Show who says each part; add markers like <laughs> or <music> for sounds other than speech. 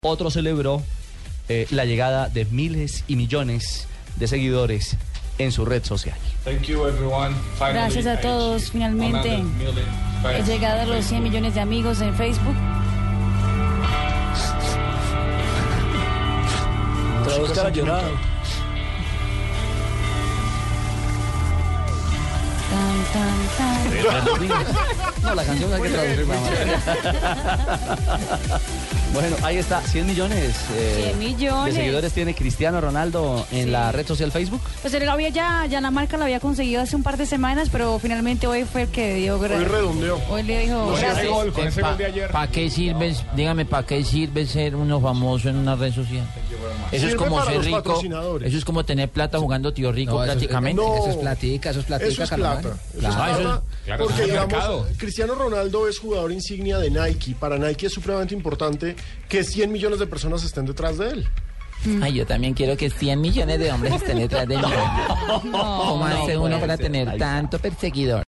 Speaker 1: Otro celebró eh, la llegada de miles y millones de seguidores en su red social.
Speaker 2: Thank you everyone. Finally,
Speaker 3: Gracias a todos, finalmente.
Speaker 2: 100 million
Speaker 3: He
Speaker 2: fans
Speaker 3: llegado a
Speaker 2: on
Speaker 3: los 100
Speaker 2: Facebook.
Speaker 3: millones de amigos en Facebook.
Speaker 4: Traduzca la llorada.
Speaker 3: Tan, tan, tan.
Speaker 1: No, la canción hay que traducir. nada más. Bueno, ahí está, 100 millones, eh,
Speaker 3: 100 millones.
Speaker 1: de seguidores tiene Cristiano Ronaldo en
Speaker 3: Sí.
Speaker 1: la red social Facebook.
Speaker 3: Pues él lo había ya, ya la marca la había conseguido hace un par de semanas, pero finalmente hoy fue el que dio gra-
Speaker 5: Hoy redondeó.
Speaker 3: Hoy le dijo
Speaker 5: Con ese
Speaker 3: gracias.
Speaker 5: gol, con ese gol de ayer.
Speaker 6: ¿Para qué sirve, dígame, para qué sirve ser uno famoso en una red social? Eso es
Speaker 5: Sirve
Speaker 6: como
Speaker 5: para
Speaker 6: ser
Speaker 5: los
Speaker 6: rico,
Speaker 5: patrocinadores.
Speaker 6: eso es como tener plata jugando tío rico
Speaker 4: No, eso-
Speaker 6: prácticamente.
Speaker 5: no.
Speaker 4: Eso es platica, eso es platica,
Speaker 5: Eso es
Speaker 4: Carnaval.
Speaker 5: plata. Eso
Speaker 4: Claro.
Speaker 5: es
Speaker 6: eso
Speaker 5: plata.
Speaker 2: Ah, es- claro,
Speaker 5: porque
Speaker 2: es un
Speaker 5: digamos,
Speaker 2: mercado.
Speaker 5: Cristiano Ronaldo es jugador insignia de Nike. Para Nike es supremamente importante que 100 millones de personas estén detrás de él.
Speaker 6: Ay, yo también quiero que
Speaker 4: <laughs>
Speaker 6: 100 millones de hombres estén detrás de mí. ¿Cómo hace uno para tener tanto perseguidor?